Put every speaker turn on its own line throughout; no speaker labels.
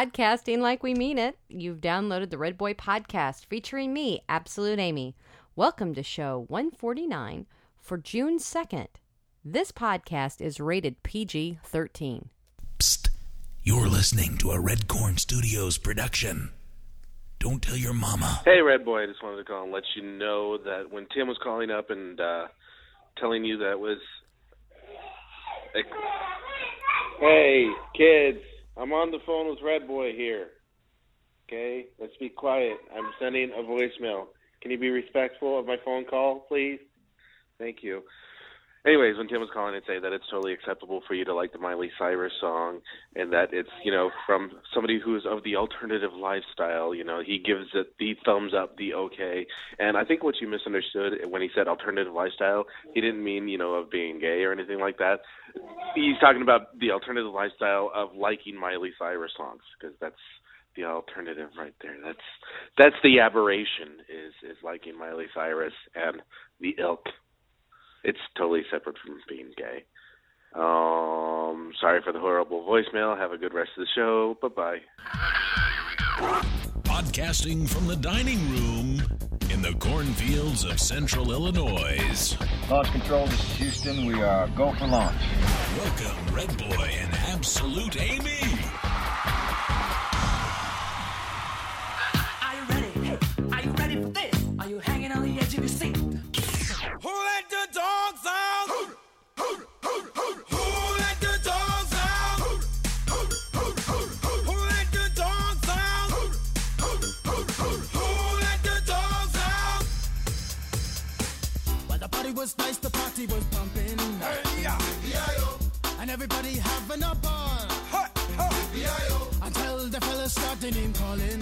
Podcasting like we mean it. You've downloaded the Red Boy podcast featuring me, Absolute Amy. Welcome to show 149 for June 2nd. This podcast is rated PG 13.
Psst, you're listening to a Red Corn Studios production. Don't tell your mama.
Hey, Red Boy, I just wanted to call and let you know that when Tim was calling up and uh, telling you that was. Hey, kids, I'm on the phone with Red Boy here. Okay, let's be quiet. I'm sending a voicemail. Can you be respectful of my phone call, please? Thank you. Anyways, when Tim was calling and say that it's totally acceptable for you to like the Miley Cyrus song and that it's, you know, from somebody who is of the alternative lifestyle, you know, he gives it the thumbs up, the okay. And I think what you misunderstood when he said alternative lifestyle, he didn't mean, you know, of being gay or anything like that. He's talking about the alternative lifestyle of liking Miley Cyrus songs because that's the alternative right there. That's that's the aberration is is liking Miley Cyrus and the ilk it's totally separate from being gay. Um, sorry for the horrible voicemail. Have a good rest of the show. Bye bye.
Podcasting from the dining room in the cornfields of central Illinois.
Launch control, this is Houston. We are go for launch.
Welcome, Red Boy and Absolute Amy.
Are you ready? Hey, are you ready for this? Are you hanging on the edge of your seat?
Who let the dogs out? Who let the dogs out? Who let the dogs out? Who let the dogs out?
While the party was nice, the party was pumping. And everybody having a ball. Until the fellas started in calling.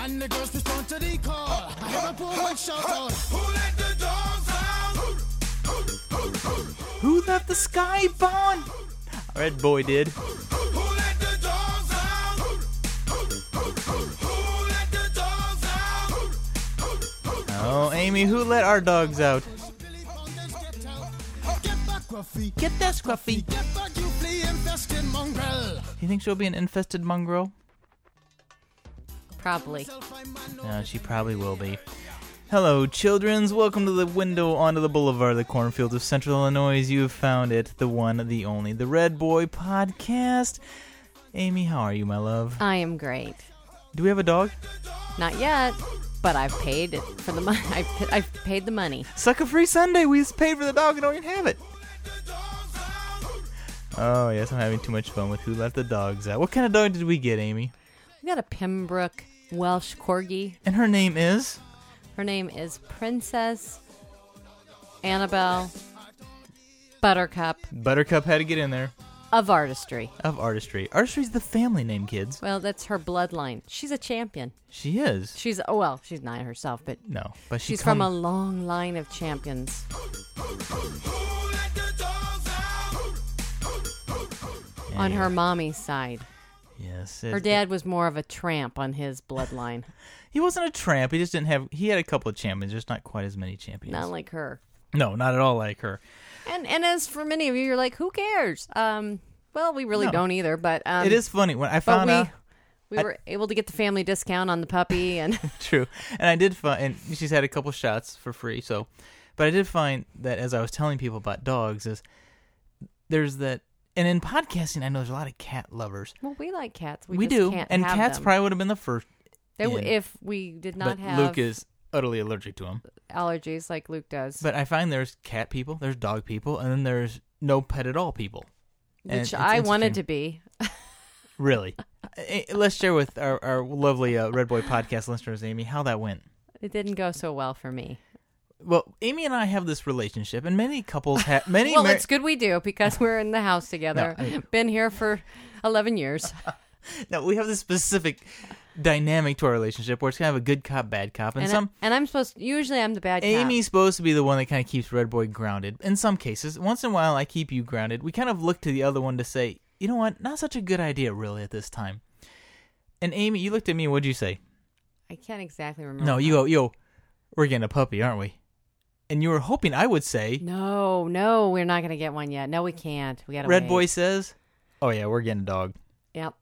And the girls respond to the call. I have a boom and shout out.
Who let the dogs out?
Who left the sky on? Red boy did.
Who let the dogs out? Who let the dogs out?
Oh, Amy, who let our dogs out?
Billy found this get out. Get back, Ruffy. Get
that scruffy.
get back, you flea infested mongrel.
You think she'll be an infested mongrel?
Probably.
No, she probably will be. Hello, childrens. Welcome to the window onto the boulevard of the cornfields of central Illinois. You have found it, the one, the only, the Red Boy podcast. Amy, how are you, my love?
I am great.
Do we have a dog?
Not yet, but I've paid it for the money. I've, I've paid the money.
Sucker Free Sunday. We just paid for the dog and don't even have it. Oh, yes, I'm having too much fun with Who Left the Dogs Out. What kind of dog did we get, Amy?
We got a Pembroke Welsh Corgi.
And her name is?
Her name is Princess Annabelle Buttercup
Buttercup had to get in there.
of Artistry.
Of Artistry. Artistry's the family name, kids.
Well, that's her bloodline. She's a champion.
She is.
She's oh well, she's not herself, but
No, but she
she's from a
come-
long line of champions.
Who let the dogs out?
on her mommy's side.
Yes.
Her
it's-
dad was more of a tramp on his bloodline,
He wasn't a tramp. He just didn't have. He had a couple of champions, just not quite as many champions.
not like her.
no, not at all like her.
And and as for many of you, you're like, who cares? Um, well, we really
No.
don't either. But um,
it is funny when I
But
found
we
out.
we were able to get the family discount on the puppy, and
True, and I did find, and she's had a couple shots for free. So, but I did find that as I was telling people about dogs, is there's that, and in podcasting, I know there's a lot of cat lovers.
well, we like cats. We,
We,
just
do,
can't
and
have
cats
them.
probably would have been the first,
They w-
in.
if we did not
but
have
Luke is utterly allergic to him.
allergies like Luke does,
But I find there's cat people, there's dog people, and then there's no pet at all people. And
which
it's
I wanted to
interesting.
be.
Really. Eh, eh, Let's share with our, our lovely uh, Red Boy podcast listeners, Amy, how that went.
It didn't go so well for me.
Well, Amy and I have this relationship, and many couples have many.
Well,
mar-
it's good we do because we're in the house together.
I-
Been here for eleven years.
no, we have this specific dynamic to our relationship where it's kind of a good cop, bad cop, and,
and,
some.
I, am supposed usually I'm the bad cop.
Amy's supposed to be the one that kind of keeps Red Boy grounded. In some cases, once in a while, I keep you grounded. We kind of look to the other one to say, you know what, not such a good idea, really, at this time. And Amy, you looked at me. What'd you say?
I can't exactly remember.
No, you go, yo, we're getting a puppy, aren't we? And you were hoping I would say,
No, no, we're not gonna get one yet. No, we can't. We gotta
Red
wait.
Boy says, "Oh yeah, we're getting a dog."
Yep.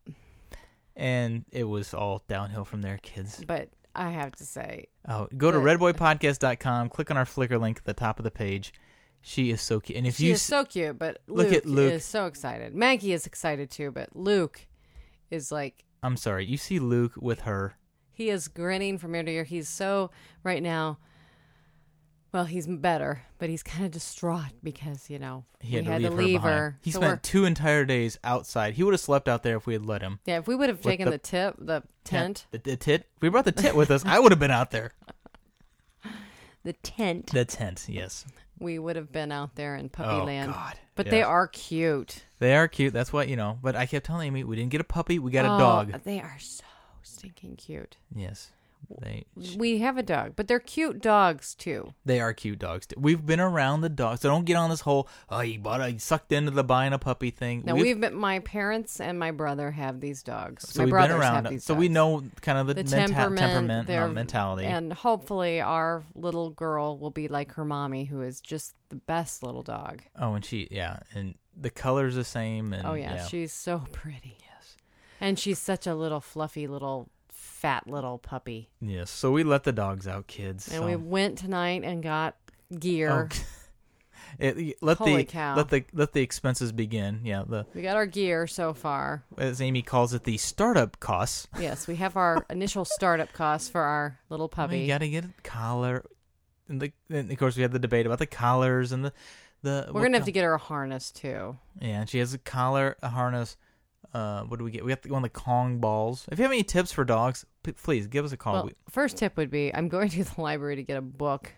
and it was all downhill from there, kids.
But I have to say,
Oh, go to
But-
redboypodcast.com, click on our Flickr link at the top of the page. She is so cute. And if
she
you
is
s-
so cute, but
Look
Luke,
at Luke.
is so excited. Maggie is excited too, but Luke is like
I'm sorry, you see Luke with her.
he is grinning from ear to ear. He's so right now. Well, he's better, but he's kind of distraught because you know
He had
we
to
had
leave,
to
her,
leave her.
behind. He
so we're-
spent two entire days outside. He would have slept out there if we had let him.
yeah, if we would have taken
the-
the, tip, the tent,
The, the tit. If we brought the tit with us. I would have been out there.
the tent,
The tent, yes.
we would have been out there in puppy
Oh,
land.
God.
But they
Yes.
are cute.
They are cute. That's what, you know. But I kept telling Amy, we didn't get a puppy. We got a
Oh,
dog.
They are so stinking cute.
Yes. They,
We have a dog, but they're cute dogs too.
They are cute dogs. too. We've been around the dogs, so don't get on this whole oh you bought a you sucked into the buying a puppy thing.
Now we've, been, my parents and my brother have these dogs.
so
my
we've
brothers
been around,
have these
so we
dogs.
know kind of the,
the
menta-
temperament,
temperament
their-
and mentality.
and hopefully our little girl will be like her mommy, who is just the best little dog.
oh, and she yeah, and the colors the same. And
Oh yeah, she's so pretty. Yes, and she's such a little fluffy little fat little puppy.
yes. So we let the dogs out, kids.
And
so-
we went tonight and got gear.
Oh, it, let the
Holy cow.
let the let the expenses begin. Yeah, the
We got our gear so far.
as Amy calls it, the startup costs.
Yes, we have our initial startup costs for our little
Well,
puppy.
you got to get a collar. And, the, and of course, we had the debate about the collars and the the.
We're gonna have to get her a harness too.
Yeah, and she has a collar, a harness. Uh, what do we get? We got the, one of the Kong balls. If you have any tips for dogs, p- please give us a call.
Well, first tip would be I'm going to the library to get a book.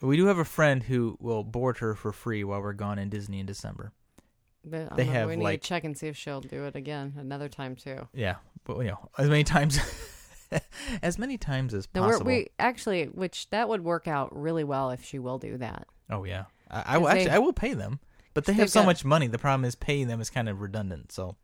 we, we do have a friend who will board her for free while we're gone in Disney in December.
But I'm
They
gonna-
have,
we need
like-
to check and see if she'll do it again another time too.
Yeah, but you know, as many times, as many times as
No, we're,
possible.
we actually, which that would work out really well if she will do that.
oh yeah, I, I will
'Cause they-
actually I will pay them, but they
they've
have so
got-
much money. The problem is paying them is kind of redundant. So.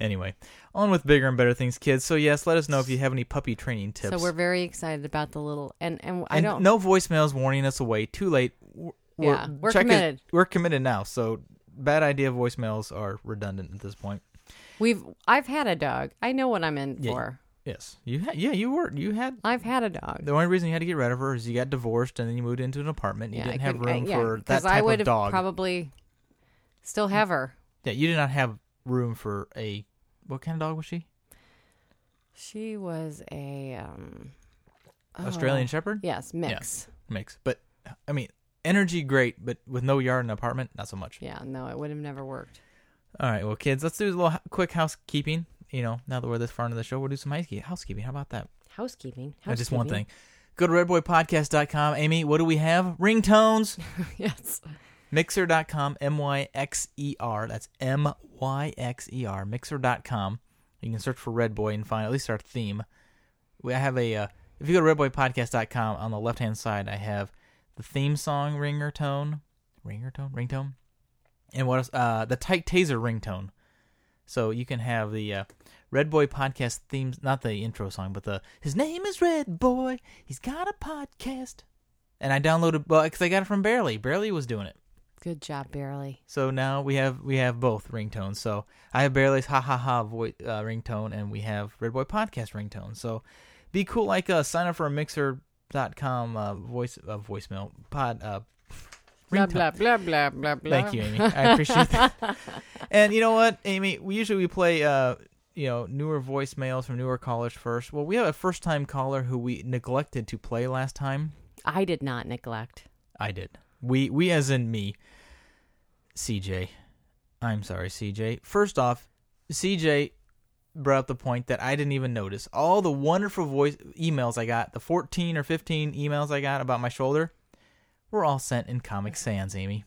Anyway, on with bigger and better things, kids. So yes, let us know if you have any puppy training tips.
So we're very excited about the little and and, I
And
don't
No voicemails warning us away. Too late. We're,
Yeah, we're
check is-
committed.
we're committed now. So bad idea. Voicemails are redundant at this point.
We've I've had a dog. I know what I'm in
Yeah.
for.
Yes, you had. Yeah, you were. You had.
I've had a dog.
The only reason you had to get rid of her is you got divorced and then you moved into an apartment. And you
I
didn't have
couldn't- I-
room
yeah,
for that
'cause I
type
would
of
have
dog.
Probably still have her.
yeah, you did not have room for a. What kind of dog was she?
She was a um,
Australian
Oh.
Shepherd.
yes mix.
mix. But I mean, energy great, but with no yard and apartment, not so much.
Yeah, no, it would have never worked.
All right, well, kids, let's do a little h- quick housekeeping. You know, now that we're this far into the show, we'll do some housekeeping. Housekeeping. How about that?
Housekeeping.
I just one
housekeeping.
thing. Go to redboypodcast.com. Amy, what do we have? Ringtones.
yes.
Mixer.com. M Y X E R. That's M Y X E R. Mixer.com. You can search for Red Boy and find at least our theme. We I have a. Uh, if you go to redboypodcast.com, on the left hand side, I have the theme song ringer tone. Ringer tone? Ringtone? And what else? Uh, the tight taser ringtone. So you can have the uh, Red Boy podcast themes, not the intro song, but the his name is Red Boy. He's got a podcast, and I downloaded well because I got it from Barely. Barely was doing it,
Good job, Barely.
so now we have we have both ringtones. So I have Barely's ha ha ha voice uh, ringtone, and we have Red Boy podcast ringtone. So be cool like us. Sign up for a mixer.com uh, voice uh, voicemail pod uh,
Blah
ringtone.
blah blah blah blah blah.
Thank you, Amy. I appreciate that. and you know what, Amy? We usually we play uh, you know newer voicemails from newer callers first. Well, we have a first time caller who we neglected to play last time.
I did not neglect.
I did. We we as in me. CJ, I'm sorry, CJ. First off, CJ brought up the point that I didn't even notice all the wonderful voice emails I got, the 14 or 15 emails I got about my shoulder, were all sent in Comic Sans, Amy.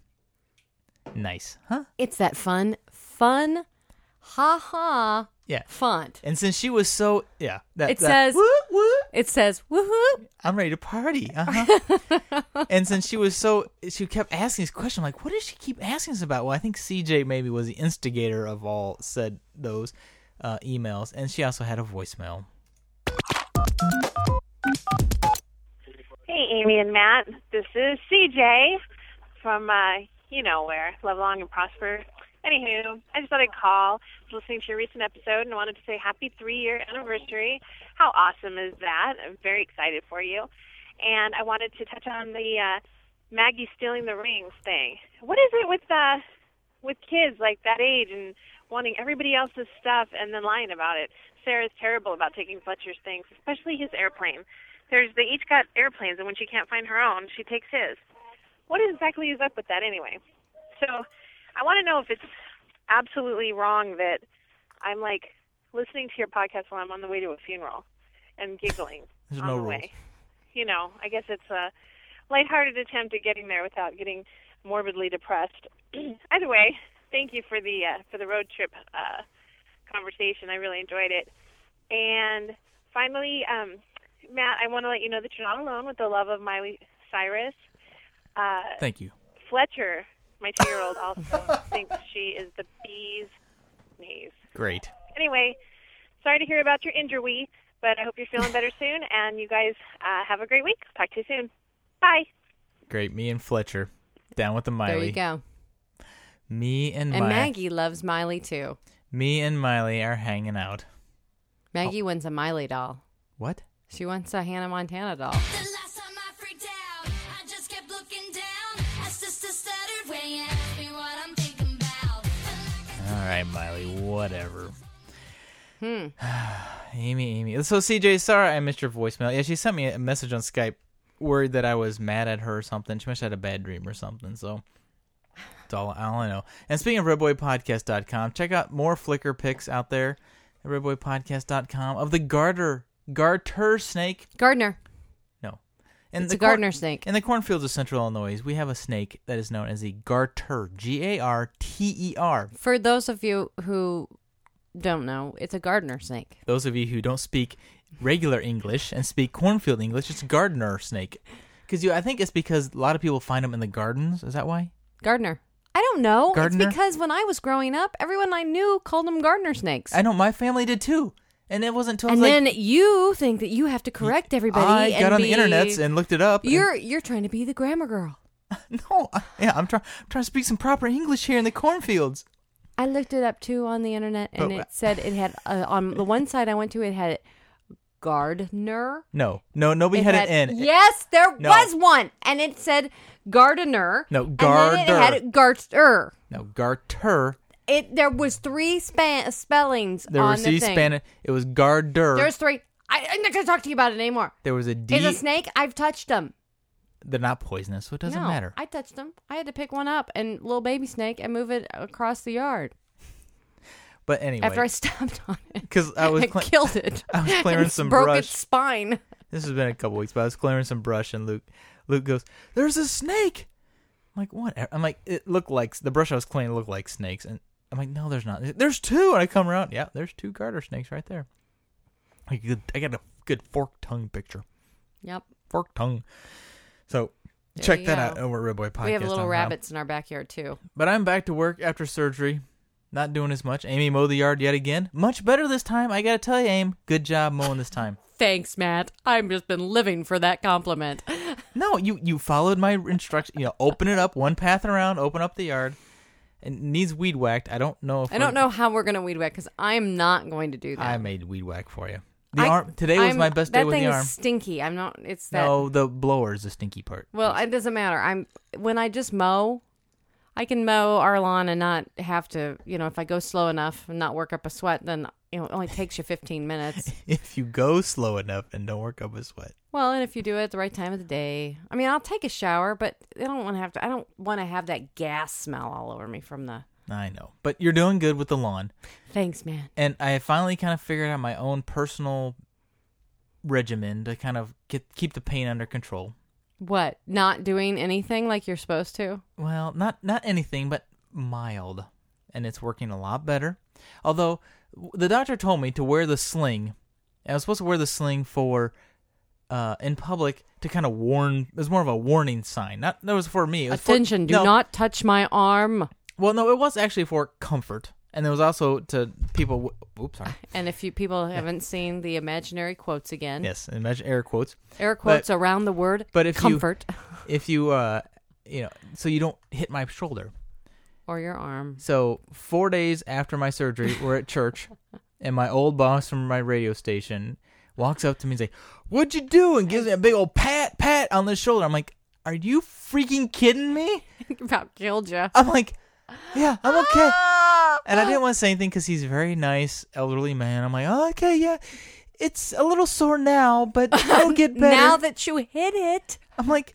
Nice, huh?
It's that fun, fun, ha ha
Yeah.
font.
And since she was so yeah, that,
It
that-
says-
whoop, whoop,
It says woohoo.
I'm ready to party. Uh-huh. and since she was so, she kept asking this question. I'm like, what does she keep asking us about? Well, I think CJ maybe was the instigator of all said those uh, emails, and she also had a voicemail.
Hey, Amy and Matt. This is CJ from, uh, you know where, Live Long and Prosper. Anywho, I just thought I'd call. I was listening to your recent episode and wanted to say happy three year anniversary. How awesome is that? I'm very excited for you. And I wanted to touch on the uh, Maggie stealing the rings thing. What is it with uh, with kids like that age and wanting everybody else's stuff and then lying about it? Sarah's terrible about taking Fletcher's things, especially his airplane. There's they each got airplanes, and when she can't find her own, she takes his. What exactly is up with that anyway? So I want to know if it's absolutely wrong that I'm like listening to your podcast while I'm on the way to a funeral and giggling
There's
on
no
the
rules.
way. You know, I guess it's a lighthearted attempt at getting there without getting morbidly depressed. Either way, thank you for the uh, for the road trip uh, conversation. I really enjoyed it. And finally, um, Matt, I want to let you know that you're not alone with the love of Miley Cyrus. Uh,
Thank you.
Fletcher, my two year old, also thinks she is the bee's knees.
Great.
Anyway, sorry to hear about your injury, but I hope you're feeling better soon. And you guys uh, have a great week. Talk to you soon. Bye.
Great. Me and Fletcher. Down with the Miley.
There you go.
Me and,
And
Mi-
Maggie loves Miley too.
Me and Miley are hanging out. Oh.
Maggie wants a Miley doll.
What?
She wants a Hannah Montana doll.
The last time I freaked out, I just kept looking down. My sister stuttered when you asked me what I'm thinking about.
All right, Miley. Whatever. Hmm. Amy, Amy. So CJ, sorry I missed your voicemail. Yeah, she sent me a message on Skype, worried that I was mad at her or something. She must have had a bad dream or something. So. That's all, all I know. And speaking of redboypodcast.com, check out more Flickr pics out there at redboypodcast.com of the garter garter snake
Gardner.
No. And
It's a
corn-
gardener snake.
In the cornfields of central Illinois, we have a snake that is known as the garter. G A R T E R.
For those of you who don't know, it's a gardener snake.
Those of you who don't speak regular English and speak cornfield English, it's gardener snake. Because you, I think it's because a lot of people find them in the gardens. Is that why?
Gardner. I don't know.
Gardner?
It's because when I was growing up, everyone I knew called them gardener snakes.
I know my family did too, and it wasn't until I
and
was
then
like,
you think that you have to correct everybody.
I
and
got on
be-
the internet and looked it up. and-
you're you're trying to be the grammar girl.
no, I, yeah, I'm trying. I'm trying to speak some proper English here in the cornfields.
I looked it up too on the internet, and
But-
it said it had uh, on the one side I went to, it had gardener.
No, no, nobody
It
had, an N.
Yes, there
No.
was one, and it said gardener.
No,
And then it had garter.
no, garter.
It there was three span, spellings
There
on
was
the
C
thing.
Spanish. It was garder.
There's three. I, I'm not gonna talk to you about it anymore.
there was a D.
Is a snake? I've touched them.
They're not poisonous, so it doesn't
no,
matter.
I touched them. I had to pick one up and little baby snake and move it across the yard
but anyway,
after I stepped on it.
'Cause I was
and
cl-
killed it.
I was clearing
and
some
broke
brush.
its spine.
this has been a couple weeks, but I was clearing some brush, and Luke, Luke goes, "There's a snake." I'm like, "What?" I'm like, "It looked like the brush I was cleaning looked like snakes," and I'm like, "No, there's not. There's two. And I come around, yeah, there's two garter snakes right there. I good- I got a good fork tongue picture.
Yep.
Fork tongue. So
There
check
you
that
go.
out over at Redboy Podcast.
we have little
on how-
rabbits in our backyard too.
But I'm back to work after surgery. Not doing as much. Amy mowed the yard yet again. Much better this time. I gotta tell you, Aim. Good job mowing this time.
Thanks, Matt. I've just been living for that compliment.
No, you you followed my instruction. You know, open it up one path around. Open up the yard. It needs weed whacked. I don't know if
I don't
we're-
know how we're gonna weed whack because I'm not going to do that.
I made weed whack for you. The
I-
arm today was
I'm-
my best day
that
with
thing
the
is
arm.
Stinky. I'm not. It's that.
No, the blower is the stinky part.
Well, it doesn't matter. I'm when I just mow, I can mow our lawn and not have to. You know, if I go slow enough and not work up a sweat, then you know it only takes you 15 minutes.
If you go slow enough and don't work up a sweat,
Well, and if you do it at the right time of the day, I mean, I'll take a shower, but I don't want to have to. I don't want to have that gas smell all over me from the.
I know. But you're doing good with the lawn.
Thanks, man.
and I finally kind of figured out my own personal regimen to kind of get keep the pain under control.
What? Not doing anything like you're supposed to?
Well, not not anything, but mild, and it's working a lot better. Although w- the doctor told me to wear the sling, I was supposed to wear the sling for uh, in public to kind of warn. It was more of a warning sign. Not that was for me. It was for-
Attention! do
no,
not touch my arm.
Well, no, it was actually for comfort, and there was also to people. W- oops, sorry.
And if you people haven't seen the imaginary quotes again,
Yes, imagine air quotes.
air
But-
quotes around the word
but if you-
comfort
if you uh you know so you don't hit my shoulder
or your arm.
So four days after my surgery, we're at church, and my old boss from my radio station walks up to me and say, "What'd you do?" and gives me a big old pat pat on the shoulder. I'm like, "Are you freaking kidding me?"
About killed you.
I'm like, "Yeah, I'm okay."
Ah!
And I didn't want to say anything because he's a very nice elderly man. I'm like, "Oh, okay, yeah." It's a little sore now, but it'll get better.
Now that you hit it,
I'm like,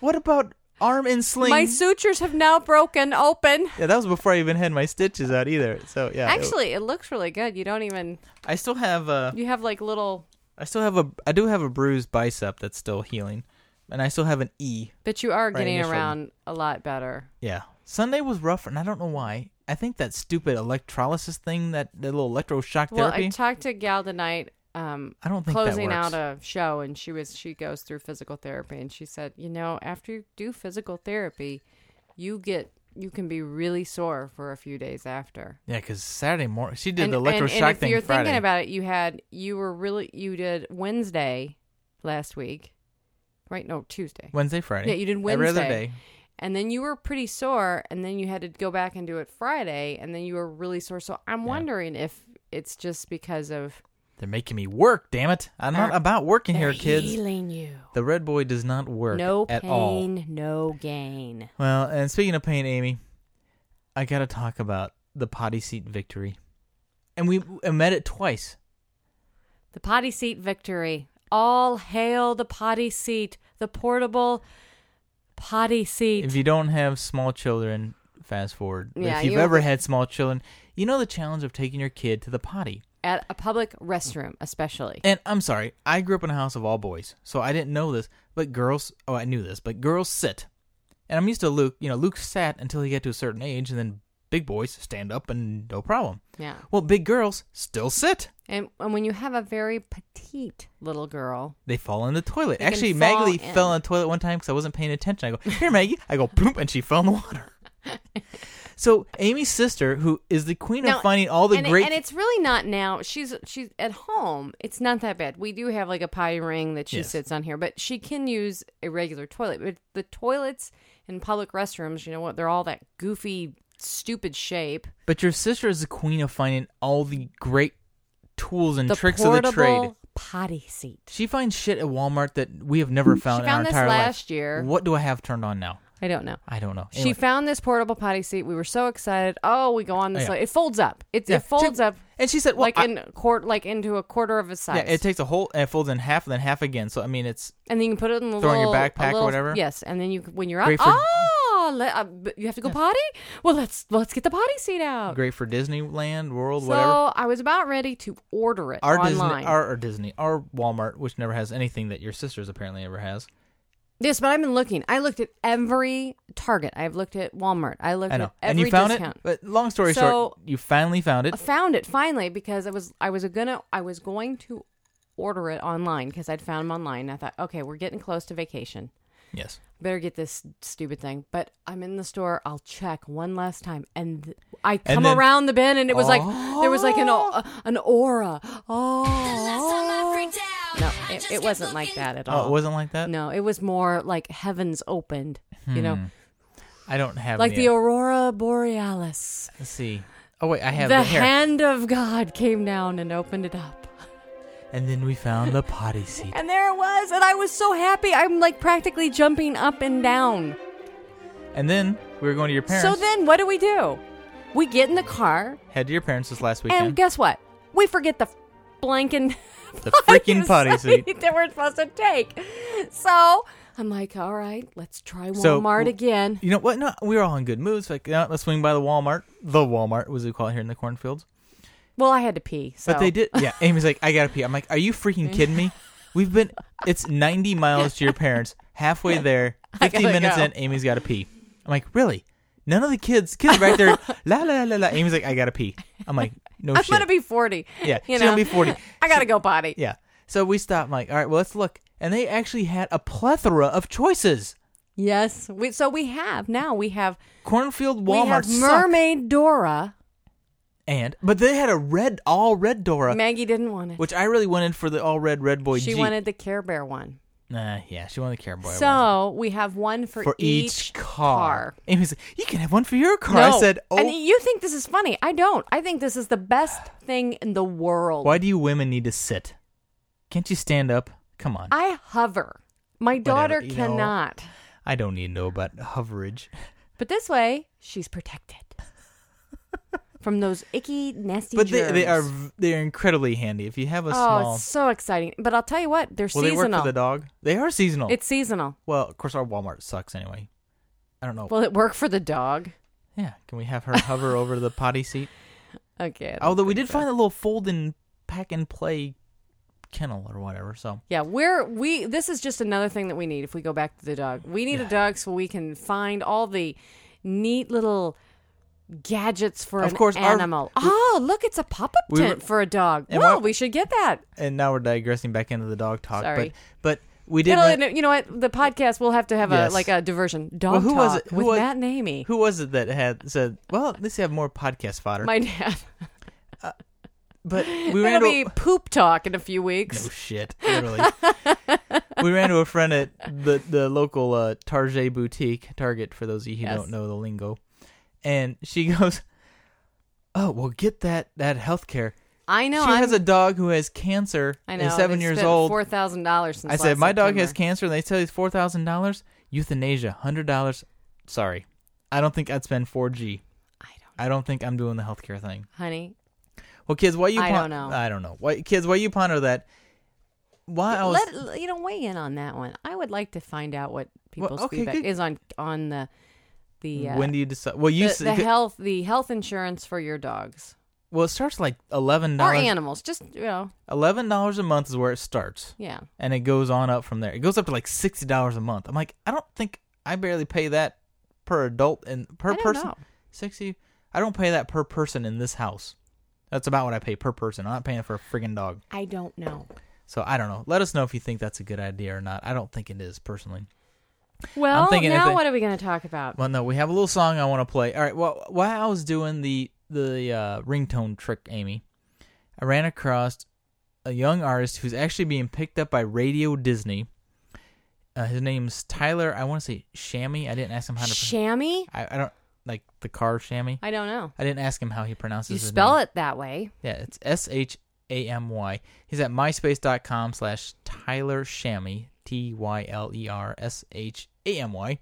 what about arm and sling?
my sutures have now broken open.
yeah, that was before I even had my stitches out either. So yeah, it-
Actually, it looks really good. You don't even
I still have uh,
you have like little
I still have a I do have a bruised bicep that's still healing, and I still have an E.
but you are
Right,
getting
initial.
around a lot better.
Yeah. Sunday was rough, and I don't know why. I think that stupid electrolysis thing, that, that little electroshock
Well,
therapy.
I talked to a gal tonight. Um,
I don't think that
closing
works.
out a show, and she was she goes through physical therapy, and she said, you know, after you do physical therapy, you get you can be really sore for a few days after.
yeah, because Saturday morning she did
and,
the
and- and
electroshock
if
thing
you're
Friday.
thinking about it, you had you were really you did Wednesday last week, right? No, Tuesday.
Wednesday, Friday.
Yeah, you did
Every other
Wednesday.
day.
and then you were pretty sore and then you had to go back and do it friday and then you were really sore so i'm wondering if it's just because of
They're making me work. Damn it! I'm not about working here, kids.
healing you
The red boy does not work
no
at
pain
all.
no gain
Well, and speaking of pain, Amy, I gotta talk about the potty seat victory, and we I met it twice.
the potty seat victory all hail the potty seat the portable potty seat
If you don't have small children, fast forward. But
Yeah,
if you've
you're-
ever had small children, you know the challenge of taking your kid to the potty.
at a public restroom especially
And I'm sorry, I grew up in a house of all boys, so I didn't know this, but girls, oh, I knew this, but girls sit. And I'm used to Luke, you know, Luke sat until he got to a certain age, and then big boys stand up and no problem.
yeah
Well, big girls still sit.
and, and when you have a very petite little girl
They fall in the toilet.
They can
Actually,
fall
Maggie
in.
fell in the toilet one time because I wasn't paying attention. I go, here, Maggie. I go, boom, and she fell in the water. so Amy's sister, who is the queen
Now,
of finding all the
and it-
great,
and it's really not now. She's she's at home. It's not that bad. We do have like a potty ring that she
Yes.
sits on here, but she can use a regular toilet. But the toilets in public restrooms, you know what? They're all that goofy, stupid shape.
but your sister is the queen of finding all the great tools and
the
tricks of
portable
the trade.
potty seat.
She finds shit at Walmart that we have never found. in our
found this
entire life.
last year.
What do I have turned on now?
I don't know.
I don't know.
She
Anyway.
found this portable potty seat. We were so excited. Oh, we go on this.
Yeah.
like- It folds up. It,
Yeah,
it folds
she-
up
and she said, "Well,
like
I-
in quart, like into a quarter of a size.
yeah, it takes a whole and it folds in half and then half again. So I mean, it's
and then you can put it in the
Throw in your
little,
backpack
a
or
little-
whatever?
Yes, and then you when you're out,
Great for-
oh, let, uh, but you have to go potty. Well, let's let's get the potty seat out.
great for Disneyland, World,
Oh. so
whatever."
I was about ready to order it
Our
online.
Disney, our, our Disney, our Walmart, which never has anything that your sister's apparently ever has.
yes, but I've been looking. I looked at every Target. I've looked at Walmart. I looked
I know,
at
and
every
you found
discount.
it. But long story
So-
short, you finally found it.
I found it finally because I was I was gonna I was going to order it online because I'd found them online. I thought, okay, we're getting close to vacation.
Yes,
Better get this stupid thing. But I'm in the store. I'll check one last time, and th- I come
then- Oh.
around the bend, and it was like there was like an au- uh, an aura. Oh no, it, it wasn't like that at all.
oh, it wasn't like that.
Uh, No, it was more like heavens opened. You know,
I don't have
like
any-
the aurora borealis.
Let's see. Oh wait, I have
the
the hair.
hand of God came down and opened it up.
And then we found the potty seat.
And there it was, and I was so happy. I'm like practically jumping up and down.
And then we were going to your parents.
So then, what do we do? We get in the car.
head to your parents this last
And
weekend.
guess what? We forget the blanking
The freaking potty seat.
that we're supposed to take. So I'm like, all right, let's try Walmart
So, w-
again.
You know what? No, we were all in good moods. Like, yeah, let's swing by the Walmart. The Walmart was we call it here in the cornfields.
Well, I had to pee. So.
But they did. Yeah, Amy's like, I gotta pee. I'm like, are you freaking kidding me? We've been. It's 90 miles to your parents. Halfway there, 50
gotta
minutes
go.
in, Amy's gotta pee. I'm like, really? None of the kids, kids right there, la la la la. Amy's like, I gotta pee. I'm like, no
I'm
shit.
gonna be 40.
Yeah,
you
she's gonna
know?
be 40.
I gotta go potty.
yeah. So we stopped. I'm like, all right, well, let's look. And they actually had a plethora of choices.
Yes. We, so we have now we have
Cornfield
we
Walmart
have
sucked.
Mermaid Dora.
And but they had a red, all red Dora,
Maggie didn't want it.
which I really wanted for the all red Red Boy
she
Jeep.
wanted the Care Bear one.
Nah, yeah, she wanted a car boy. one.
So we have one for,
for each, car.
car.
Amy's like, you can have one for your car. I said, oh,
And you think this is funny. I don't. I think this is the best thing in the world.
why do you women need to sit? Can't you stand up? Come on. I,
I hover. My daughter
you know.
cannot.
don't need to know about hoverage.
But this way, she's protected from those icky, nasty
But they, they are
germs.
v- they are incredibly handy. If you have a
Oh,
small,
it's so exciting. But I'll tell you what, they're
will they work
seasonal.
for the dog? They are seasonal.
It's seasonal.
well, of course our Walmart sucks anyway. I don't know.
Will it work for the dog?
yeah, can we have her hover over the potty seat?
Okay. I don't
Although we
think
did
so.
find a little fold and pack and play kennel or whatever. So
Yeah, we're we this is just another thing that we need if we go back to the dog. We need a dog so we can find all the neat little gadgets for
Of
an
course, our-
animal. oh, look, it's a pop-up
We were-
tent for a dog.
And
Well,
what-
we should get that.
and now we're digressing back into the dog talk.
Sorry.
But but we did.
It'll,
run-
you know what? The podcast will have to have
Yes.
a like a diversion. Dog
Well, who
talk
was it? Who
with
was-
Matt and Amy.
Who was it that had said, "Well, at least they have more podcast fodder"?
My dad.
but we ran
It'll
to
be poop talk in a few weeks.
oh shit, literally. we ran to a friend at the the local uh, Target boutique, Target for those of you who
Yes.
don't know the lingo, and she goes, "Oh, well, get that that healthcare."
I know.
she
I'm,
has a dog who has cancer
I know.
and is seven
they
years
spent
old.
Four thousand dollars.
I said, my dog has cancer, and they tell you it's four thousand dollars. Euthanasia, hundred dollars. Sorry, I don't think I'd spend four G.
I don't,
I don't think I'm doing the healthcare thing.
honey.
Well, kids, why you?
I
pon-
don't know.
I don't know. Why, kids, why you ponder that? Why I was
Let you know weigh in on that one. I would like to find out what people's
okay,
feedback
good.
is on on the the uh,
when do you decide? Well, you
the,
s-
the health the health insurance for your dogs
well, it starts like eleven
or
dollars.
animals. Just you know,
Eleven dollars a month is where it starts,
yeah.
and it goes on up from there. It goes up to like sixty dollars a month. I'm like, I don't think I barely pay that per adult and per
I don't
person.
know.
Sixty. I don't pay that per person in this house. That's about what I pay per person. I'm not paying for a friggin' dog.
I don't know.
So I don't know. Let us know if you think that's a good idea or not. I don't think it is personally.
Well,
thinking if
now
they-
what are we going to talk about?
Well, no, we have a little song I want to play. All right. Well, while I was doing the the uh, ringtone trick, Amy, I ran across a young artist who's actually being picked up by Radio Disney. Uh, his name's Tyler. I want to say Shammy. I didn't ask him how to. pro-
Chamois?
I, I don't like the car Shammy.
I don't know.
I didn't ask him how he pronounces.
You
his
spell
name.
it that way.
Yeah, it's S H A M Y. He's at myspace.com slash Tyler Shammy, T Y L E R S H A M Y.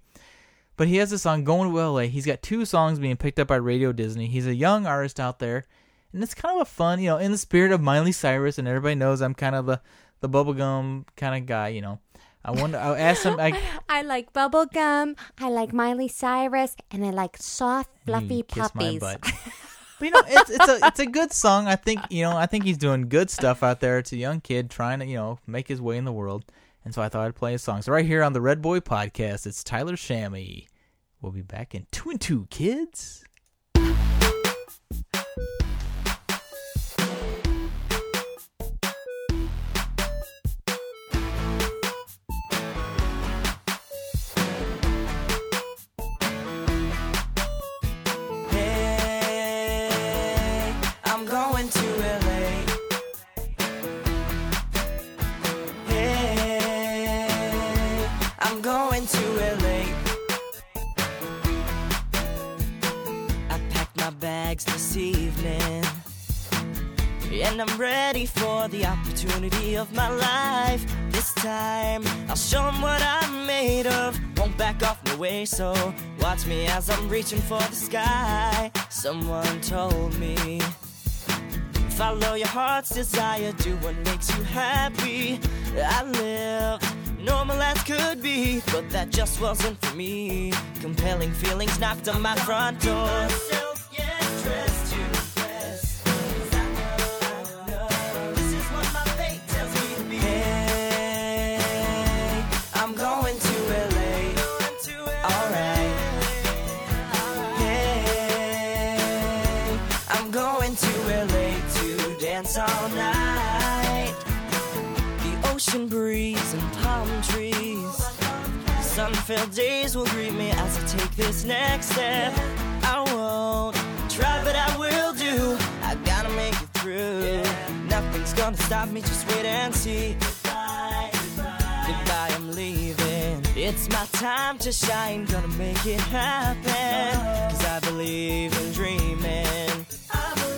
But he has a song Going to LA. He's got two songs being picked up by Radio Disney. He's a young artist out there. And it's kind of a fun, you know, in the spirit of Miley Cyrus, and everybody knows I'm kind of the, the bubblegum kind of guy, you know. I wonder, I asked him, I,
I like bubblegum. I like Miley Cyrus. And I like soft,
You Mm, kiss my butt. But you know, it's, it's a it's a good song. I think you know. I think he's doing good stuff out there. It's a young kid trying to you know make his way in the world, and so I thought I'd play his song. So right here on the Red Boy Podcast, it's Tyler Shammy. We'll be back in two and two, kids.
Hey, I'm going to LA. Hey, I'm going to LA. I packed my bags this evening. And I'm ready for the opportunity of my life. This time, I'll show 'em what I'm made of. Won't back off no way, so watch me as I'm reaching for the sky. Someone told me. Follow your heart's desire, do what makes you happy. I live normal as could be, but that just wasn't for me. Compelling feelings knocked on my front door. Hey, I'm going to LA. Alright. Hey, I'm going to LA to dance all night. The ocean breeze and palm trees. Sun filled days will greet me as I take this next step. I won't try, but I will do. I gotta make it through. Nothing's gonna stop me, just wait and see. Goodbye, I'm I'm leaving. It's my time to shine, gonna make it happen. Cause I believe in dreaming.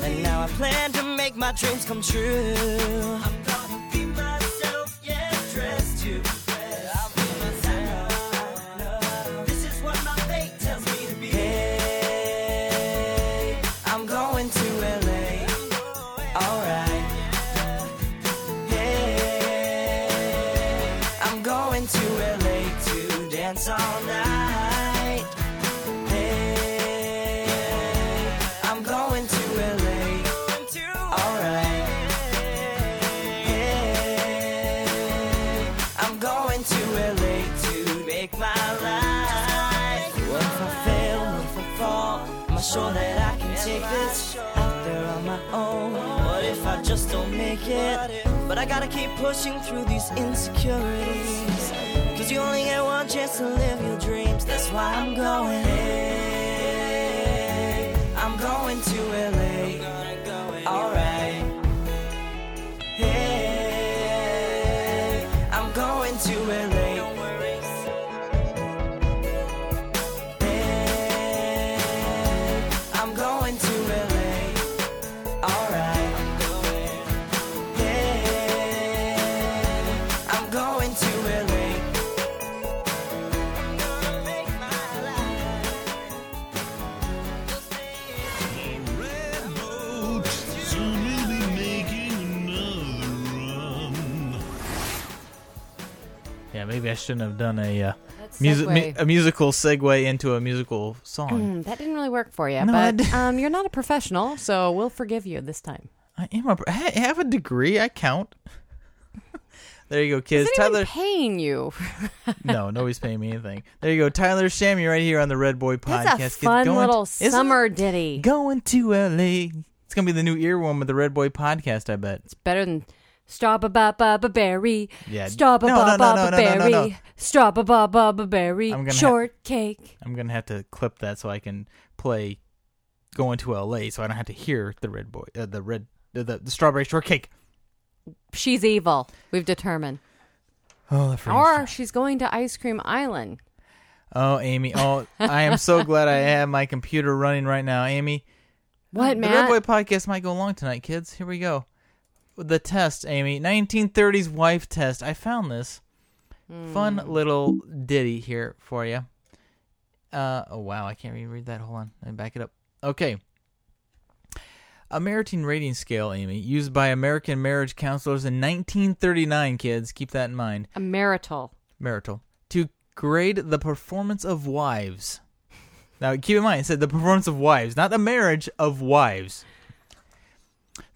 And now I plan to make my dreams come true. I'm gonna be myself, yeah, dressed to I'll be myself. This is what my fate tells me to be. Hey, I'm going to LA. Alright. Hey, I'm going to LA to dance all night. Hey, I'm going to LA. Alright. Hey, I'm going to LA to make my life. What if I fail? What if I fall? Am I sure that I can take this out there on my own? What if I just don't make it? But I gotta keep pushing through these insecurities. Cause you only get one chance to live your dreams. That's why I'm going. Hey, I'm going to LA. Alright. Hey, I'm going to LA. Hey, I'm going to LA. Alright. Hey, I'm going to LA.
Yeah, maybe I shouldn't have done a uh,
That's
music
segue.
a musical segue into a musical song.
Mm, that didn't really work for you,
No, I
but
didn't.
um, you're not a professional, so we'll forgive you this time.
I am a I have a degree. I count. there you go, kids.
Is
Tyler.
anyone paying you?
no, nobody's paying me anything. There you go, Tyler Shammy, right here on the Red Boy Podcast.
That's a
Kids,
fun
going
little
to- isn't
summer
it?
ditty.
Going to LA. It's gonna be the new earworm of the Red Boy Podcast. I bet.
Better than straw ba ba ba ba berry.
Yeah.
Straw ba
No,
ba
no, no,
ba ba
no, no, no, no.
berry. Straw ba ba ba ba berry.
I'm gonna ha-
Shortcake.
I'm gonna have to clip that so I can play going to LA, so I don't have to hear the Red Boy, uh, the red, uh, the, the strawberry shortcake.
She's evil. We've determined.
Oh, that freaking
Or she's going to Ice Cream Island.
Oh, Amy. Oh, I am so glad I have my computer running right now, Amy.
What,
The Red
Matt?
Boy podcast might go long tonight, kids. Here we go. The test, Amy. 1930s wife test. I found this fun
Hmm.
little ditty here for you. Uh, oh, wow. I can't even read that. Hold on. Let me back it up. Okay. A meriting rating scale, Amy, used by American marriage counselors in 1939, kids. Keep that in mind
A marital.
marital to grade the performance of wives. Now, keep in mind, it said the performance of wives, not the marriage of wives.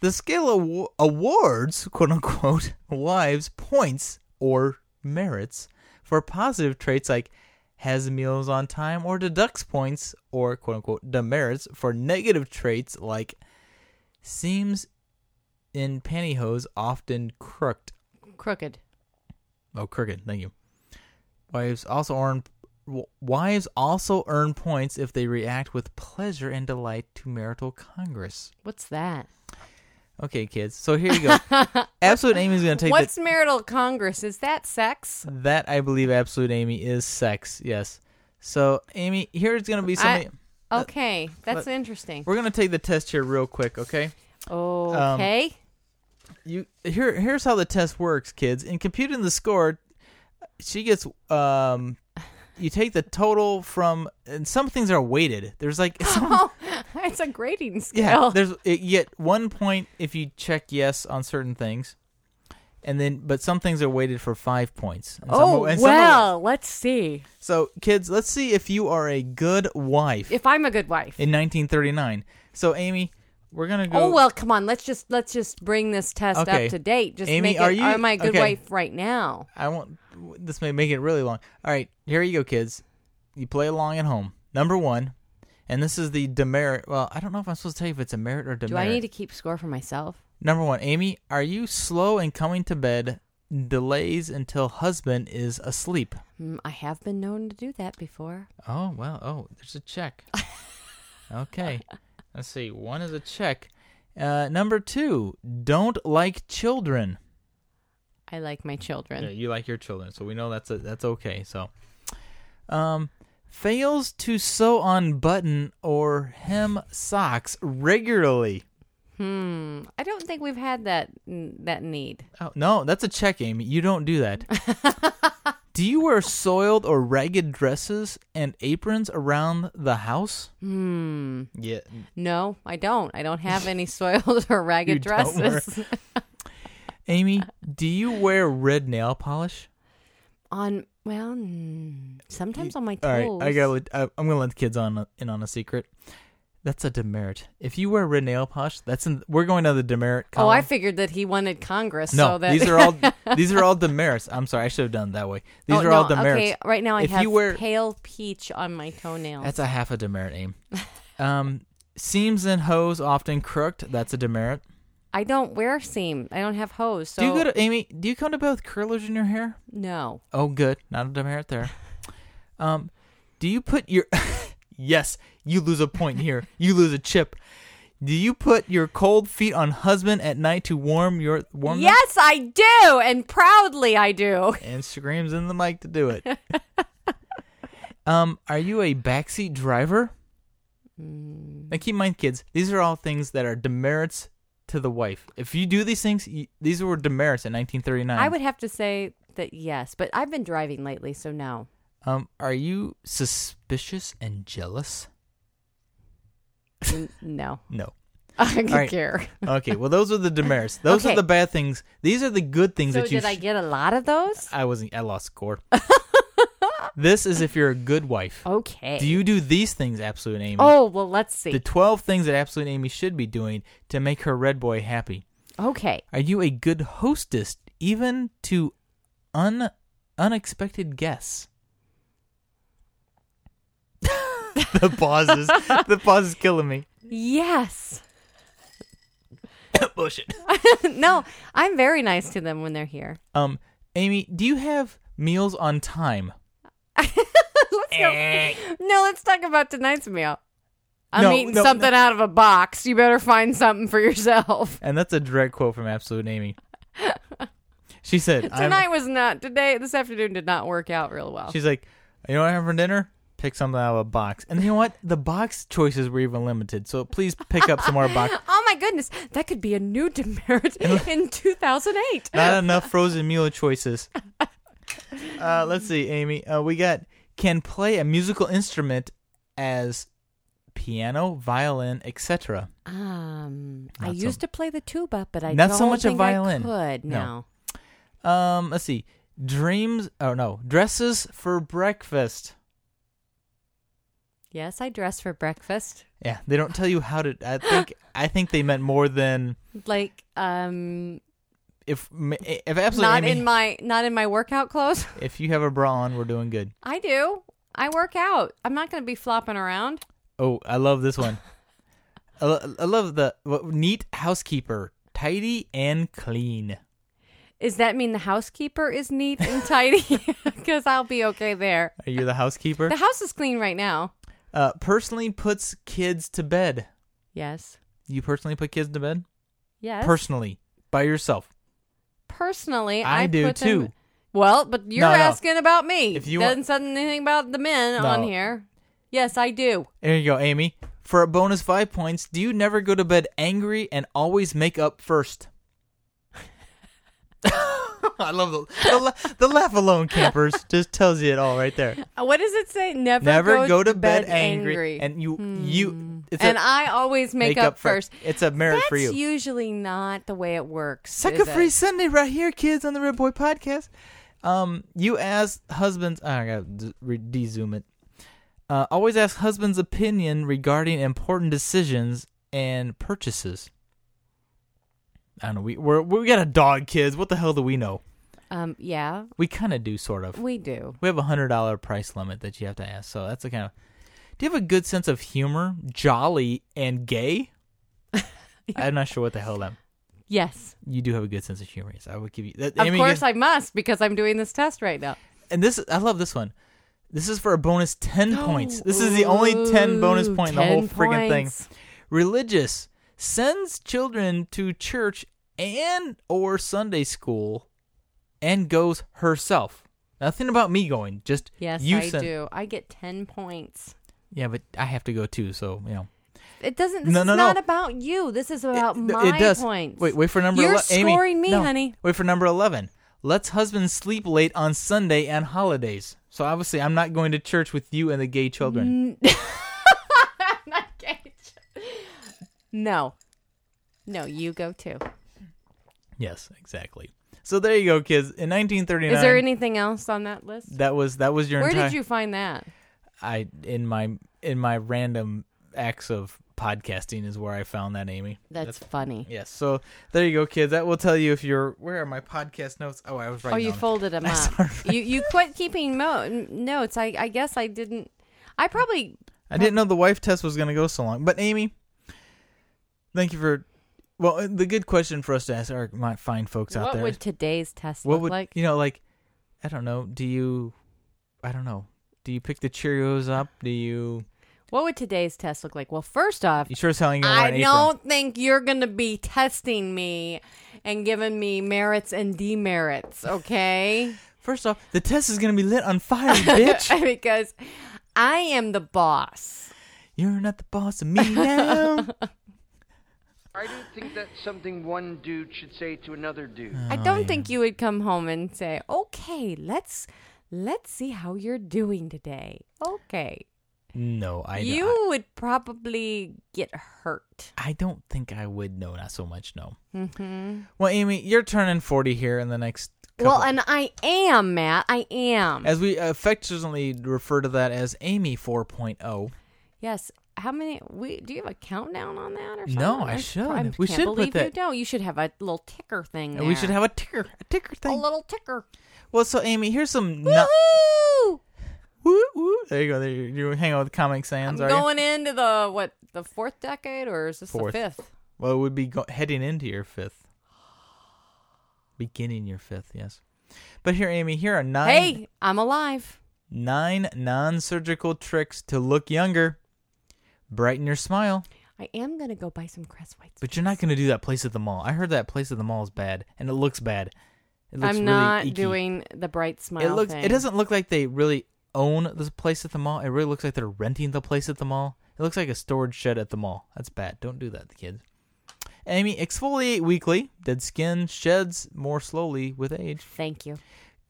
The scale aw- awards, quote unquote, wives points or merits for positive traits like has meals on time or deducts points or quote unquote demerits for negative traits like seems in pantyhose often crooked
Crooked.
Oh, crooked. Thank you. Wives also earn w- wives also earn points if they react with pleasure and delight to marital congress.
What's that?
Okay, kids. So here you go. Absolute Amy's going to take
What's
the,
marital congress? Is that sex?
that. I believe Absolute Amy is sex. Yes. So Amy, here's going to be
I-
something.
Okay, that's interesting.
We're going to take the test here real quick. Okay.
Okay.
you here here's how the test works kids in computing the score she gets um you take the total from and some things are weighted there's like some,
oh, it's a grading
um, yeah
scale.
there's it, you get one point if you check yes on certain things and then but some things are weighted for five points and some are-
oh,
and some are-
well, let's see.
so kids let's see if you are a good wife
If I'm a good wife.
in 1939 so amy we're gonna go
Oh well, come on. Let's just let's just bring this test
Okay.
up to date. Just
Amy,
make it.
are you-
am I a good
okay.
wife right now?
I won't. This may make it really long. All right, here you go, kids. You play along at home. Number one, and this is the demerit. Well, I don't know if I'm supposed to tell you if it's a merit or demerit.
Do I need to keep score for myself?
Number one, Amy, are you slow in coming to bed? Delays until husband is asleep.
Mm, I have been known to do that before.
Oh well. Oh, there's a check. okay, let's see. One is a check. Uh, number two, don't like children.
I like my children.
Yeah, you like your children, so we know that's a, that's okay. So, um, fails to sew on button or hem socks regularly.
Hmm. I don't think we've had that that need.
Oh no, that's a check, Amy. You don't do that. do you wear soiled or ragged dresses and aprons around the house?
Hmm.
Yeah,
No, I don't. I don't have any soiled or ragged
You don't wear-
dresses.
Amy, do you wear red nail polish?
on well, mm, sometimes on my
All
toes.
right, I got. to I'm gonna let the kids on in on a secret. That's a demerit. If you wear red nail polish, that's in. We're going to the demerit.
Oh,
Column.
I figured that he wanted Congress.
No,
so that...
these are all these are all demerits. I'm sorry, I should have done it that way. These
Oh,
are all
no,
demerits.
Okay, right now I
if
have
you wear,
pale peach on my toenails.
that's a half a demerit aim. Um, seams and hose often crooked. That's a demerit.
I don't wear seam. I don't have hose. So
do you go to Amy? Do you come to bed with curlers in your hair?
no.
Oh, good, not a demerit there. Um, do you put your? yes, you lose a point here. You lose a chip. Do you put your cold feet on husband at night to warm your warm? them?
Yes, I do, and proudly I do.
and screams in the mic to do it. um, are you a backseat driver?
Mm.
Now keep in mind, kids, these are all things that are demerits to the wife. If you do these things, you, these were demerits in 1939.
I would have to say that yes, but I've been driving lately, so no.
Um, are you suspicious and jealous?
N- no,
No.
I don't
right.
care.
Okay. Well, those are the demerits. Those
Okay.
are the bad things. These are the good things
So
that you.
did I
sh-
get a lot of those?
I wasn't. I lost score. this is if you're a good wife.
Okay.
Do you do these things, absolute Amy?
Oh well, let's see.
the 12 things that Absolute Amy should be doing to make her red boy happy.
okay.
Are you a good hostess even to un unexpected guests? the pauses. the pause is killing me.
Yes.
Bullshit.
no, I'm very nice to them when they're here.
Um, Amy, do you have meals on time?
Let's
Eh.
go. No, let's talk about tonight's meal. I'm
No,
eating
no,
something out of a box. You better find something for yourself.
And that's a direct quote from Absolute Amy. She said, I'm-
Tonight was not today. This afternoon did not work out real well.
She's like, you know what I have for dinner? Pick something out of a box. And you know what? The box choices were even limited. So please pick up some more box.
Oh my goodness, that could be a new demerit in 2008.
Not enough frozen meal choices. Uh, let's see, Amy. Uh, we got can play a musical instrument as piano, violin, etc.
Um, I
Not so-
used to play the tuba, but I
Not
don't
so much a
think I
violin.
could
No.
now.
Um, let's see. Dreams. Oh no, dresses for breakfast.
Yes, I dress for breakfast.
Yeah, they don't tell you how to. I think I think they meant more than
Like um
if if absolutely
not
Amy,
in my not in my workout clothes.
if you have a bra on, we're doing good.
I do. I work out. I'm not going to be flopping around.
Oh, I love this one. I, lo- I love the what, neat housekeeper, tidy and clean.
Does that mean the housekeeper is neat and tidy? Because I'll be okay there.
Are you the housekeeper?
The house is clean right now.
Uh, personally puts kids to bed.
Yes.
You personally put kids to bed?
Yes.
Personally, by yourself.
Personally, I,
I do
put them-
too.
Well, but you're
No, no.
asking about me.
If you
doesn't
want-
say anything about the men on
No.
here. Yes, I do.
There you go, Amy. For a bonus five points, do you never go to bed angry and always make up first? I love the the, la- the laugh alone campers just tells you it all right there.
Uh, What does it say? Never,
Never
go,
to bed, angry, and you you it's
Hmm. and
a,
I always make, up,
fir-
first.
It's a merit
That's
for you.
usually not the way it works.
Sucker
is it?
Free Sunday right here, kids, on the Red Boy Podcast. Um, you ask husbands. Oh, I gotta d- re- de-zoom it. Uh, always ask husbands' opinion regarding important decisions and purchases. I don't know. We we're, we got a dog, kids. What the hell do we know?
Um, yeah,
We kind of do, sort of.
we do.
We have a hundred dollar price limit that you have to ask. So that's the kind of. Do you have a good sense of humor, jolly, and gay? I'm not sure what the hell that.
Yes,
You do have a good sense of humor. Yes, I would give you that.
of
Amy,
course
you-
I must because I'm doing this test right now.
and this I love this one. This is for a bonus ten points. This is the only ten bonus
Ooh,
point in the whole
10
freaking
points.
thing. Religious sends children to church and or Sunday school and goes herself. Nothing about me going. Just
Yes,
you
I
sent-
do. I get 10 points.
Yeah, but I have to go too. So you know.
It doesn't. This
No,
is
no, no.
not about you. This is about
it,
my
it does.
points.
Wait, wait for number.
You're
ele- Amy,
scoring me,
no.
honey.
Wait for number eleven. Lets husband sleep late on Sunday and holidays. So obviously, I'm not going to church with you and the gay children.
Not gay. No, no, you go too.
Yes, exactly. So there you go, kids. In 1939,
Is there anything else on that list?
that was that was your
Where
entire.
did you find that?
I in my in my random acts of podcasting is where I found that Amy.
That's funny.
Yes. So there you go, kids. That will tell you if you're. Where are my podcast notes? Oh, I was right.
Oh, you folded them up. You you quit keeping mo- notes. I I guess I didn't. I probably
I didn't know the wife test was going to go so long. But Amy, thank you for. Well, uh, the good question for us to ask our my fine folks out
what
there.
would
is,
today's test
what
look
would
like?
you know? Like, I don't know. Do you? I don't know. Do you pick the Cheerios up? Do you?
What would today's test look like? Well, first off,
You sure as hell ain't gonna wear
I
an apron.
don't think you're going to be testing me and giving me merits and demerits, okay?
First off, the test is gonna be lit on fire, bitch.
because I am the boss.
You're not the boss of me now.
I don't think that's something one dude should say to another dude.
I don't
Oh,
think you would come home and say, "Okay, let's let's see how you're doing today." Okay.
no, I.
you
I,
would probably get hurt.
I don't think I would. No, not so much. No. Mm-hmm. Well, Amy, you're turning forty here in the next. Couple
Well, and um, I am, Matt. I am.
As we affectionately refer to that as Amy oh, 4.0.
Yes. How many? We do you have a countdown on that or something?
No, I should.
I
We
can't
should put
believe you
that-
don't. You should have a little ticker thing.
And we should
there.
have a ticker, a ticker
a
thing.
little ticker.
well, so Amy, here's some. No-
Woo!
woo, woo. There you go. There you, you hang out with Comic
I'm
Sans, are you?
going into the what the fourth decade or is this
Fourth.
the fifth?
Well, it would be go- heading into your fifth. Beginning your fifth, yes. But here, Amy, here are nine,
Hey, I'm alive.
nine non surgical tricks to look younger. Brighten your smile.
I am gonna go buy some Crest Whites.
But you're not going to do that place at the mall. I heard that place at the mall is bad, and it looks bad. It looks
I'm
really
not
icky.
doing the bright smile.
it looks
Thing.
it doesn't look like they really own the place at the mall it really looks like they're renting the place at the mall it looks like a storage shed at the mall that's bad don't do that kids amy exfoliate weekly dead skin sheds more slowly with age
Thank you.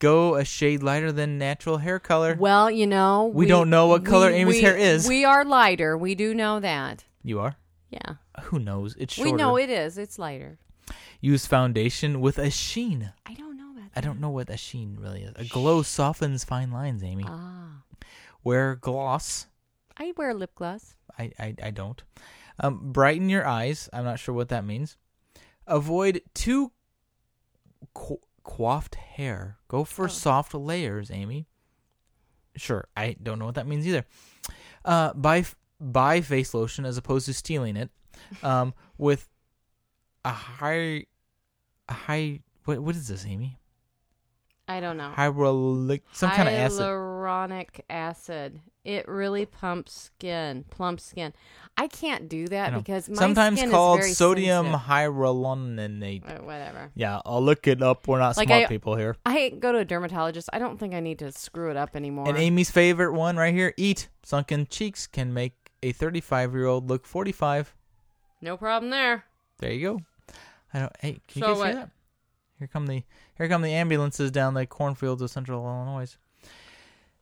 go a shade lighter than natural hair color
Well, you know
We don't know what color Amy's
we-
hair is.
We are lighter. We do know that.
you are
Yeah,
who knows it's shorter.
we know it is. It's lighter.
use foundation with a sheen
I don't know that.
i don't know what a sheen really is a glow softens fine lines amy
Ah,
wear gloss
I wear lip gloss.
I, I, I don't. Um, brighten your eyes. I'm not sure what that means. Avoid too qu- coiffed hair. Go
Oh.
for soft layers, Amy. Sure, I don't know what that means either. Uh, buy f- buy face lotion as opposed to stealing it. Um, with a high, a high. What what is this, Amy?
I don't know.
Hyaluronic, some kind of acid.
Oh. Hyaluronic acid. It really pumps skin, plump skin. I can't do
I
that
know.
because my
Sometimes
skin
called
is very
sodium
sensitive.
hyaluronate.
Uh, whatever.
Yeah, I'll look it up. We're not
Like,
smart
I-
people here.
I go to a dermatologist. I don't think I need to screw it up anymore.
And Amy's favorite one right here eat. Sunken cheeks can make a 35 year old look 45.
no problem there.
There you go. I don't. Hey, can you
So
guys hear
what?
that? Here come the here come the ambulances down the cornfields of Central Illinois.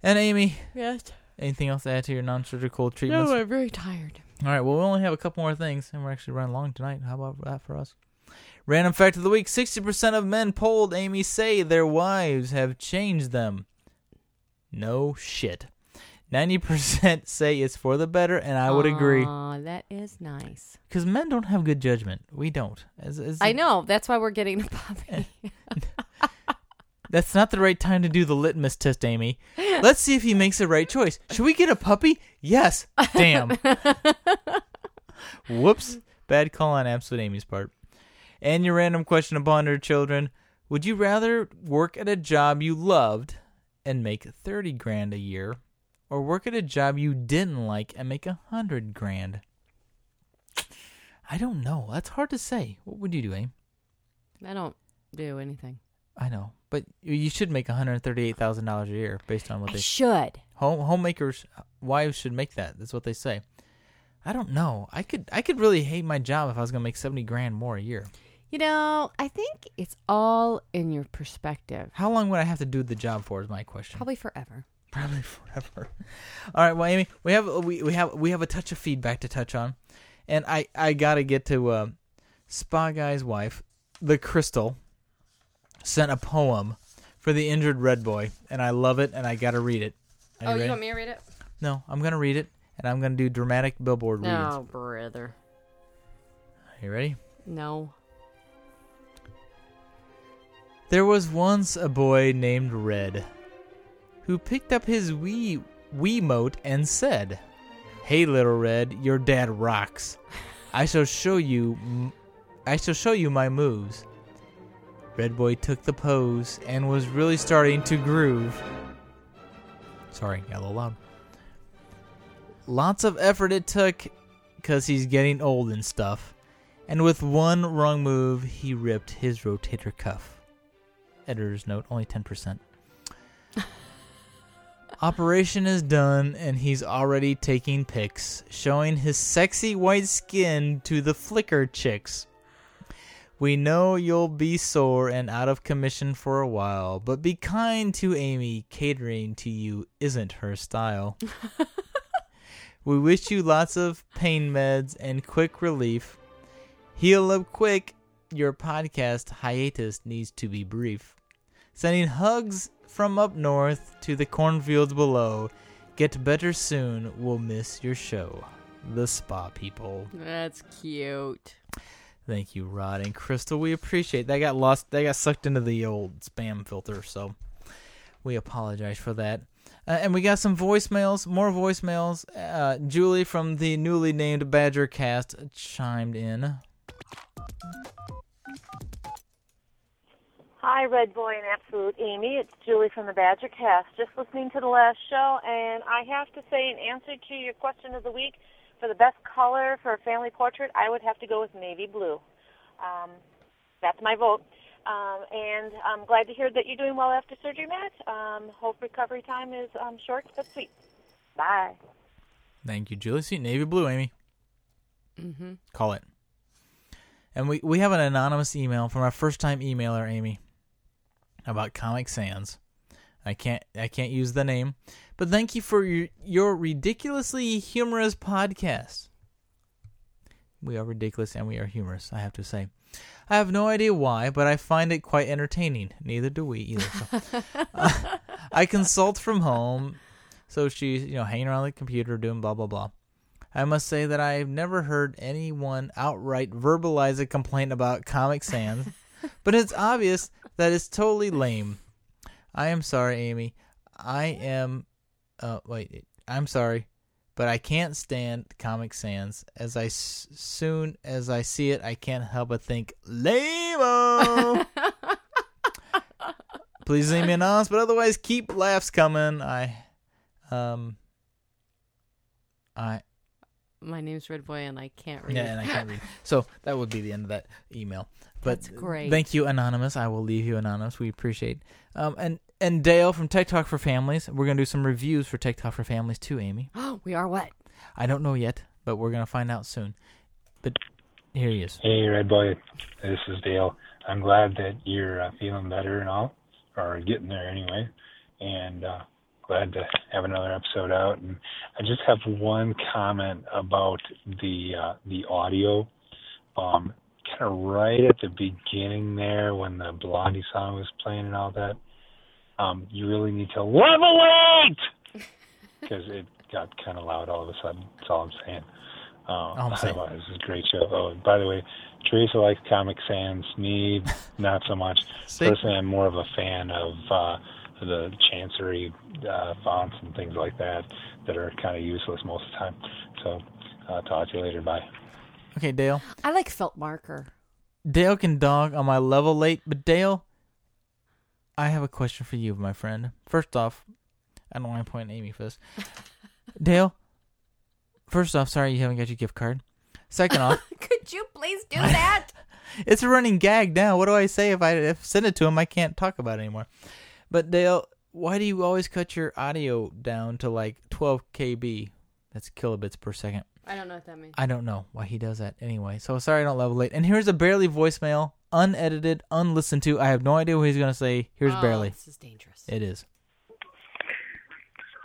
And Amy,
Yes.
anything else to add to your non-surgical treatments?
No, I'm very tired.
All right. Well, we only have a couple more things, and we're actually running long tonight. How about that for us? Random fact of the week: sixty percent of men polled Amy say their wives have changed them. No shit. Ninety percent say it's for the better, and I would agree. 'Cause
Aw,
agree
that is nice.
because men don't have good judgment. We don't. As, as,
I know. That's why we're getting a puppy.
That's not the right time to do the litmus test, Amy. Let's see if he makes the right choice. Should we get a puppy? Yes. Damn. Whoops. Bad call on absolute Amy's part. And your random question to ponder, children. Would you rather work at a job you loved and make 30 grand a year or work at a job you didn't like and make 100 grand? I don't know. That's hard to say. What would you do, Amy?
I don't do anything.
I know, but you- you should make one hundred thirty-eight thousand dollars a year based on what
I
they
should.
Home homemakers, wives should make that. That's what they say. I don't know. I could I could really hate my job if I was gonna make seventy grand more a year.
You know, I think it's all in your perspective.
How long would I have to do the job for? Is my question.
Probably forever.
Probably forever. All right, well, Amy, we have we, we have we have a touch of feedback to touch on, and I I gotta get to uh, Spa Guy's wife, the Crystal, sent a poem for the injured Red Boy, and I love it, and I gotta read it. Are ready?
to read it?
No, I'm gonna read it, and I'm gonna do dramatic billboard readings.
No, brother.
Are you ready?
No.
There was once a boy named Red who picked up his Wii Wiimote and said, "Hey little Red, your dad rocks. I shall show you m- I shall show you my moves." Red boy took the pose and was really starting to groove. Sorry, got a little loud. Lots of effort it took cuz he's getting old and stuff. And with one wrong move, he ripped his rotator cuff editor's note, only 10%. Operation is done, and he's already taking pics, showing his sexy white skin to the flicker chicks. We know you'll be sore and out of commission for a while, but be kind to Amy. Catering to you isn't her style. we wish you lots of pain meds and quick relief. Heal up quick. Your podcast hiatus needs to be brief. Sending hugs from up north to the cornfields below. Get better soon. We'll miss your show. The spa people.
That's cute.
Thank you, Rod and Crystal. We appreciate that. Got lost. That got sucked into the old spam filter. So we apologize for that. Uh, and we got some voicemails. More voicemails. Uh, Julie from the newly named Badger Cast chimed in.
Hi, Red Boy and Absolute Amy. It's Julie from the Badger Cast. Just listening to the last show, and I have to say, in answer to your question of the week, for the best color for a family portrait, I would have to go with navy blue. Um, that's my vote. Um, and I'm glad to hear that you're doing well after surgery, Matt. Um, hope recovery time is um, short but sweet. Bye.
Thank you, Julie. See, navy blue, Amy.
Mm-hmm.
Call it. And we, we have an anonymous email from our first time emailer, Amy, about Comic Sans. I can't I can't use the name, but thank you for your, your ridiculously humorous podcast. We are ridiculous and we are humorous, I have to say. I have no idea why, but I find it quite entertaining. Neither do we either. So. Uh, I consult from home, so she's you know hanging around the computer doing blah blah blah. I must say that I've never heard anyone outright verbalize a complaint about Comic Sans, but it's obvious that it's totally lame. I am sorry, Amy. I am. Uh, wait. I'm sorry, but I can't stand Comic Sans. As I s- soon as I see it, I can't help but think lame. Please leave me an honest, but otherwise keep laughs coming. I, um, I
My name's Red Boy and I can't read.
yeah, and I can't read. So that would be the end of that email. But
That's great.
Thank you, anonymous. I will leave you anonymous. We appreciate. Um, and and Dale from Tech Talk for Families. We're gonna do some reviews for Tech Talk for Families too, Amy.
Oh, we are what?
I don't know yet, but we're gonna find out soon. But here he is.
Hey, Red Boy. This is Dale. I'm glad that you're uh, feeling better and all, or getting there anyway. And uh, glad to have another episode out. And I just have one comment about the uh, the audio. Um, kind of right at the beginning there, when the Blondie song was playing and all that. Um, you really need to level it because it got kind of loud all of a sudden. That's all I'm saying. Um,
I'm saying.
otherwise, this is a great show. Oh, and by the way, Teresa likes Comic Sans. Me, not so much.
See?
Personally, I'm more of a fan of uh, the chancery uh, fonts and things like that that are kind of useless most of the time. So, uh, talk to you later. Bye.
Okay, Dale.
I like felt marker.
Dale can dog on my level late, but Dale, I have a question for you, my friend. First off, I don't want to point at Amy for this. Dale, first off, sorry you haven't got your gift card. Second off,
Could you please do that?
it's a running gag now. What do I say if I if I send it to him? I can't talk about it anymore. But Dale, why do you always cut your audio down to like 12 kb? That's kilobits per second.
I don't know what that means.
I don't know why he does that anyway. So sorry I don't level late. And here's a barely voicemail, unedited, unlistened to. I have no idea what he's gonna say. Here's
Oh,
barely.
This is dangerous.
It is.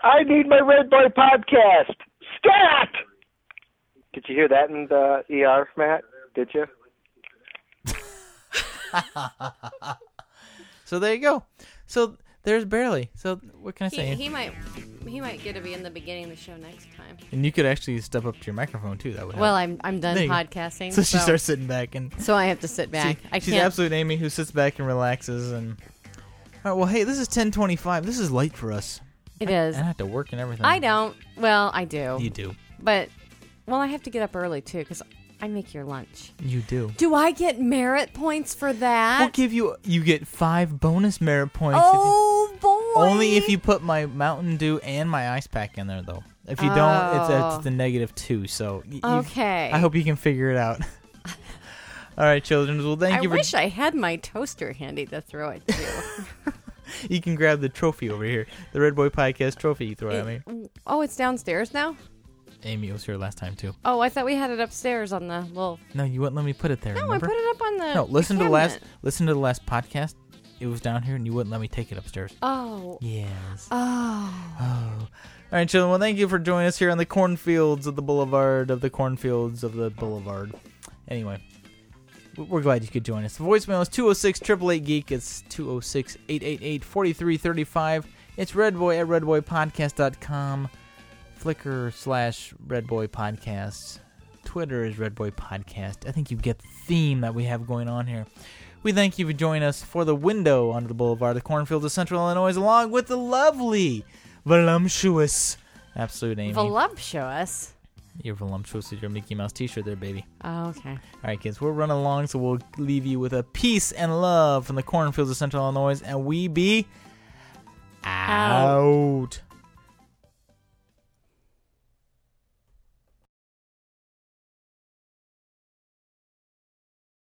I need my Red Boy podcast. Scat! Did you hear that in the ER, Matt? Did you?
So there you go. So there's barely. So what can I say?
He, he might he might get to be in the beginning of the show next time.
and you could actually step up to your microphone too. That would.
Well,
help.
I'm I'm done
There you go.
podcasting.
So she starts sitting back and
So I have to sit back.
See,
I
she's
can't.
absolute Amy who sits back and relaxes and. All right. Well, hey, this is ten twenty-five. This is late for us.
It
I,
is.
I have to work and everything.
I don't. Well, I do.
You do.
But well, I have to get up early too because I make your lunch.
You do.
Do I get merit points for that?
We'll give you. You get five bonus merit points. if you-
Oh boy!
only if you put my Mountain Dew and my ice pack in there, though. If you don't, it's
Oh.
a, it's a negative two. So y- you-
Okay.
I hope you can figure it out. All right, children. Well, thank
I
you for
wish I had my toaster handy to throw it to.
you can grab the trophy over here, the Red Boy Podcast trophy. You throw at me.
oh, it's downstairs now.
Amy was here last time too.
Oh, I thought we had it upstairs on the little.
No, you wouldn't let me put it there.
No, I
remember?
put it up on the
No, listen to the last
cabinet.
listen to the last podcast. It was down here, and you wouldn't let me take it upstairs.
Oh.
Yes.
Oh.
Oh. All right, children. Well, thank you for joining us here on the cornfields of the boulevard of the cornfields of the boulevard. Anyway, w- we're glad you could join us. The voicemail is 206 888 Geek. It's 206 888 4335. It's redboy at redboypodcast.com. Flickr slash redboy podcast. Twitter is redboy podcast. I think you get the theme that we have going on here. We thank you for joining us for the window under the boulevard, the cornfields of central Illinois, along with the lovely, voluptuous, absolute Amy.
Oh. Voluptuous.
You're voluptuous with your Mickey Mouse t shirt there, baby.
Oh, okay.
All right, kids, we're running along, so we'll leave you with a peace and love from the cornfields of central Illinois, and we be out.